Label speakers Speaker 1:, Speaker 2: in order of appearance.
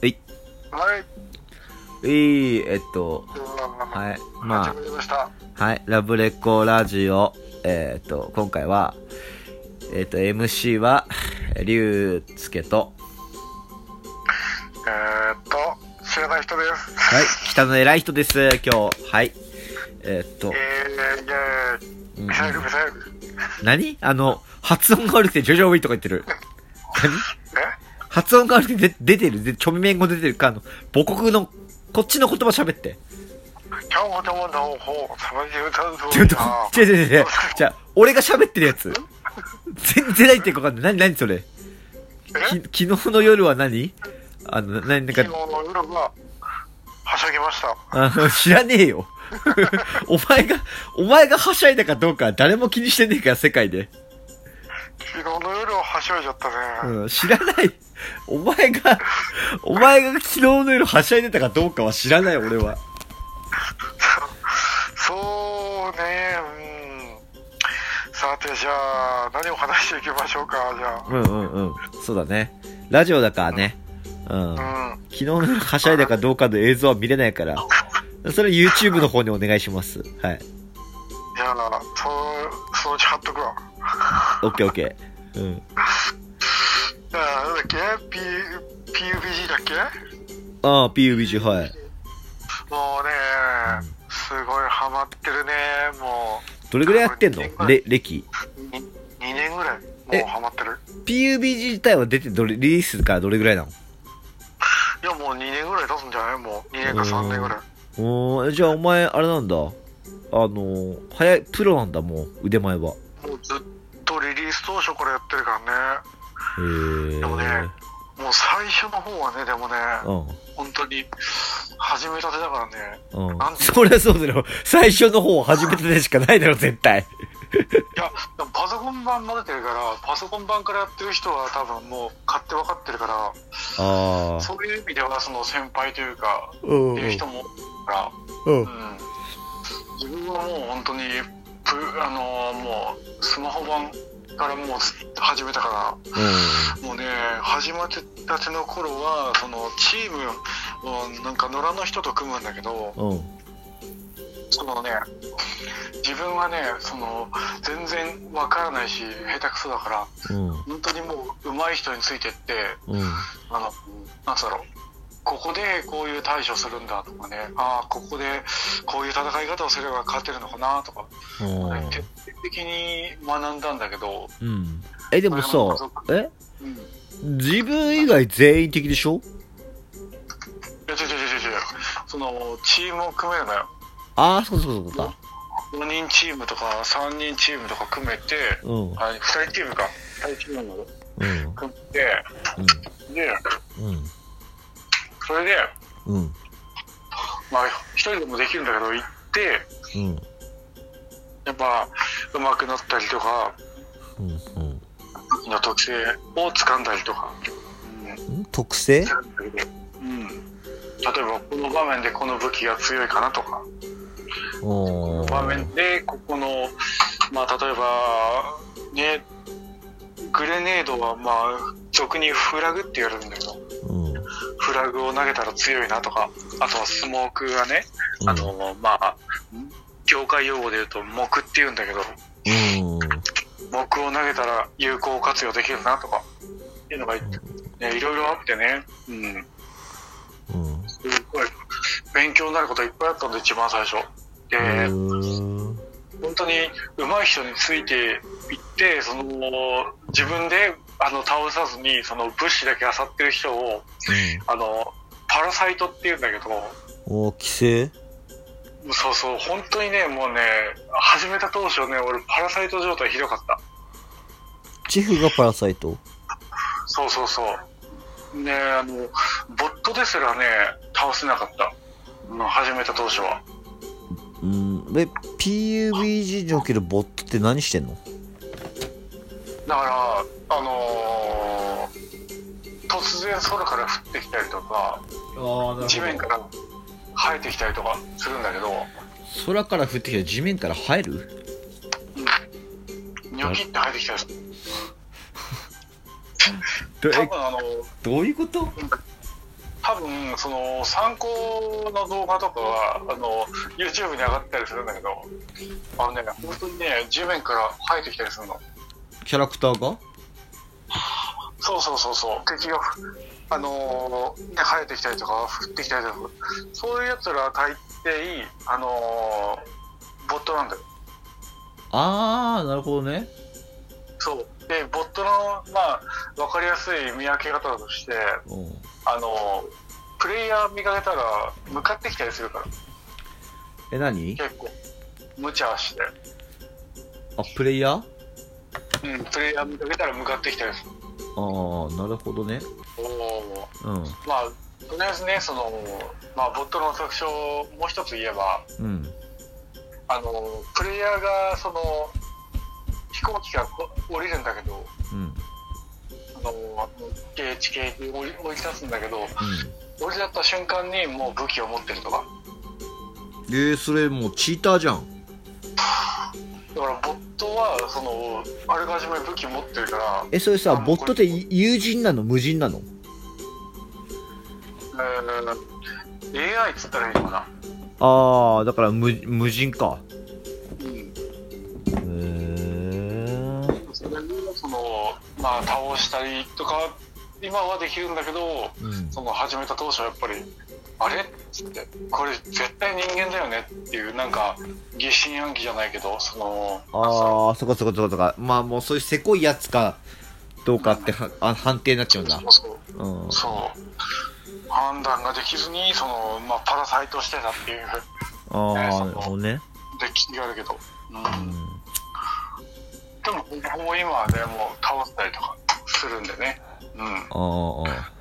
Speaker 1: はい。
Speaker 2: はい。
Speaker 1: えー、えっと、
Speaker 2: は
Speaker 1: はい。
Speaker 2: い。
Speaker 1: まあ
Speaker 2: 始まりました。
Speaker 1: はい、ラブレコラジオ、えー、っと、今回は、えー、っと、MC は、りゅうすけと、
Speaker 2: えーっと、知らない人です。
Speaker 1: はい、北の偉い人です、今日。はい。えー、っと、
Speaker 2: えー、
Speaker 1: う
Speaker 2: イェーイ。
Speaker 1: ん
Speaker 2: ミサイル、ミサイル。
Speaker 1: 何あの、発音が悪くて、ジョジョウィとか言ってる。何
Speaker 2: え
Speaker 1: 発音が悪くてで出てるで、ちょみめん語出てるか、あの、母国の、こっちの言葉喋って。
Speaker 2: 今日もどうもどうも、たまに歌うぞ。
Speaker 1: ちょっと、
Speaker 2: あ
Speaker 1: 違う違う違う。じゃあ、俺が喋ってるやつ。全然ないってかわかんない。何、何それ。
Speaker 2: え
Speaker 1: き昨日の夜は何あの、な、なんか
Speaker 2: 昨日、の夜が、はしゃぎました。
Speaker 1: あの知らねえよ。 お前が、お前がはしゃいだかどうか誰も気にしてねえから、世界で。
Speaker 2: 昨日の夜ははしゃいじゃったね。
Speaker 1: うん、知らない。お前が、お前が昨日の夜はしゃいでたかどうかは知らない、俺は。
Speaker 2: そうね、うん。さて、じゃあ、何を話していきましょうか、じゃ
Speaker 1: うんうんうん。そうだね。ラジオだからね。うん。昨
Speaker 2: あ。うん。
Speaker 1: 日の夜はしゃいだかどうかの映像は見れないから。それ YouTube の方にお願いします。はい。
Speaker 2: じゃあ、その、そのうち貼っとくわ。
Speaker 1: オッケーオッケー。うん。
Speaker 2: あなんだっけ P PUBG だっけ
Speaker 1: ああ、PUBG、はい。
Speaker 2: もうねすごいハマってるねも
Speaker 1: どれぐらいやってんのれ、歴。
Speaker 2: うに2年ぐらい
Speaker 1: え
Speaker 2: もうハマってる
Speaker 1: PUBG 自体は出てどれ、リリースからどれぐらいなの
Speaker 2: いやもう2年ぐらい経つんじゃないもう2年か3年ぐらい
Speaker 1: おーじゃあお前あれなんだあのー早いプロなんだもう腕前は
Speaker 2: もうずっとリリース当初からやってるからね
Speaker 1: へえ
Speaker 2: でもねもう最初の方はねでもね
Speaker 1: う
Speaker 2: 本当に始めたてだからね
Speaker 1: んうん
Speaker 2: なんで
Speaker 1: そりゃそうだろ最初の方初めてでしかないだろ絶対
Speaker 2: いやでもパソコン版混ぜてるからパソコン版からやってる人は多分もう買って分かってるか
Speaker 1: あ
Speaker 2: ら
Speaker 1: あ
Speaker 2: そういう意味ではその先輩というか
Speaker 1: うん
Speaker 2: っていう人もか
Speaker 1: う
Speaker 2: ら、
Speaker 1: ん
Speaker 2: うん、自分はもう本当にプあのーもうスマホ版からもう始めたからもうね始まってたての頃はそのチームをなんか野良の人と組むんだけど
Speaker 1: うんうん
Speaker 2: そのね自分はねその全然わからないし下手くそだから
Speaker 1: うん
Speaker 2: 本当にもう上手い人についてって
Speaker 1: うん
Speaker 2: あの、なんつうだろう。ここでこういう対処するんだとかね、ああ、ここでこういう戦い方をすれば勝てるのかなとか、
Speaker 1: うん
Speaker 2: 徹底的に学んだんだけど、
Speaker 1: うんえでもさえ
Speaker 2: うん、い
Speaker 1: 自分以外全員的でしょ
Speaker 2: や、違う違う違う違う、その、チームを組めるのよ。
Speaker 1: ああそうそうそうだ
Speaker 2: 4人チームとか3人チームとか組めて、
Speaker 1: うん
Speaker 2: あ、2人チームか。2人チームを
Speaker 1: うん
Speaker 2: 組んで、で、
Speaker 1: うん
Speaker 2: それで、
Speaker 1: うんうん
Speaker 2: まあ、1人でもできるんだけど、行って、
Speaker 1: うん
Speaker 2: やっぱ、上手くなったりとか、
Speaker 1: うんうん
Speaker 2: の特性を掴んだりとか、
Speaker 1: うん特性
Speaker 2: うん、例えばこの場面でこの武器が強いかなとか
Speaker 1: うん
Speaker 2: 場面でここの、まあ、例えばねグレネードはまあ俗にフラグって言われるんだけど
Speaker 1: うん
Speaker 2: フラグを投げたら強いなとかあとはスモークがねあの、まあ業界用語で言うと木って言うんだけど
Speaker 1: うん
Speaker 2: 木を投げたら有効活用できるなとかっていうのが、ね、いろいろあってね、うん、
Speaker 1: うん
Speaker 2: すごい勉強になることいっぱいあったんで一番最初で、
Speaker 1: うん
Speaker 2: 本当に上手い人についていってその自分であの倒さずにその物資だけ漁ってる人をあのパラサイトっていうんだけど
Speaker 1: お規制
Speaker 2: そうそう本当にねもうね始めた当初ね俺パラサイト状態ひどかった
Speaker 1: ジェフがパラサイト
Speaker 2: そうそうそうねあのボットですらね倒せなかったうん始めた当初は
Speaker 1: うんで PUBG におけるボットって何してんの
Speaker 2: だから、あのー突然空から降ってきたりとか、
Speaker 1: あ
Speaker 2: 地面から生えてきたりとかするんだけど、
Speaker 1: 空から降ってきた地面から入る
Speaker 2: ニョキって生えてきたりする。
Speaker 1: ど
Speaker 2: 多分あの、
Speaker 1: どういうこと
Speaker 2: 多分その参考の動画とかはあの YouTube に上がったりするんだけどあのね本当にね地面から生えてきたりするの
Speaker 1: キャラクターが
Speaker 2: そうそうそうそう敵があのーね、生えてきたりとか降ってきたりとかそういうやつらは大抵あのーボットなんだよ
Speaker 1: あー、なるほどね。
Speaker 2: そうでボットのまあ分かりやすい見分け方として
Speaker 1: うん。
Speaker 2: あのープレイヤー見かけたら向かってきたりするから
Speaker 1: え、何
Speaker 2: 結構無茶して
Speaker 1: あ、プレイヤー
Speaker 2: うん、プレイヤー見かけたら向かってきたりする。
Speaker 1: あー、なるほどね。うん。
Speaker 2: まあ、とりあえずね、その、まあ、ボットの特徴をもう一つ言えば、
Speaker 1: うん。
Speaker 2: あの、プレイヤーが、その、飛行機が降りるんだけど、
Speaker 1: うん。
Speaker 2: あの、地形地形で降り降り立つんだけど、降り立った瞬間にもう武器を持ってるとか。
Speaker 1: えー、それもうチーターじゃん。
Speaker 2: だから、ボットは、その、あらかじめ武器持ってるから、
Speaker 1: え、それさ、
Speaker 2: あ
Speaker 1: ボットって友人なの無人なの
Speaker 2: えー、AI っつったらいいのかな。
Speaker 1: あー、だから無無人か。
Speaker 2: うん。
Speaker 1: へー。
Speaker 2: それにその、まあ、倒したりとか今はできるんだけど
Speaker 1: うん。
Speaker 2: その始めた当初はやっぱり「あれ?」っつって「これ絶対人間だよね」っていうなんか疑心暗鬼じゃないけどその
Speaker 1: あー、そこそこそこそこ。まあもうそういうせこいやつか、どうかってはあ判定になっちゃうんだ。
Speaker 2: そうそう
Speaker 1: うん。
Speaker 2: そう判断ができずにその、まあ、パラサイトしてたっていう
Speaker 1: あ
Speaker 2: ね
Speaker 1: ー、
Speaker 2: そ
Speaker 1: な
Speaker 2: の
Speaker 1: るほどね。
Speaker 2: 歴史があるけど、う、
Speaker 1: うんん。
Speaker 2: でもほぼ今はねもう倒したりとかするんでねうん
Speaker 1: あーあ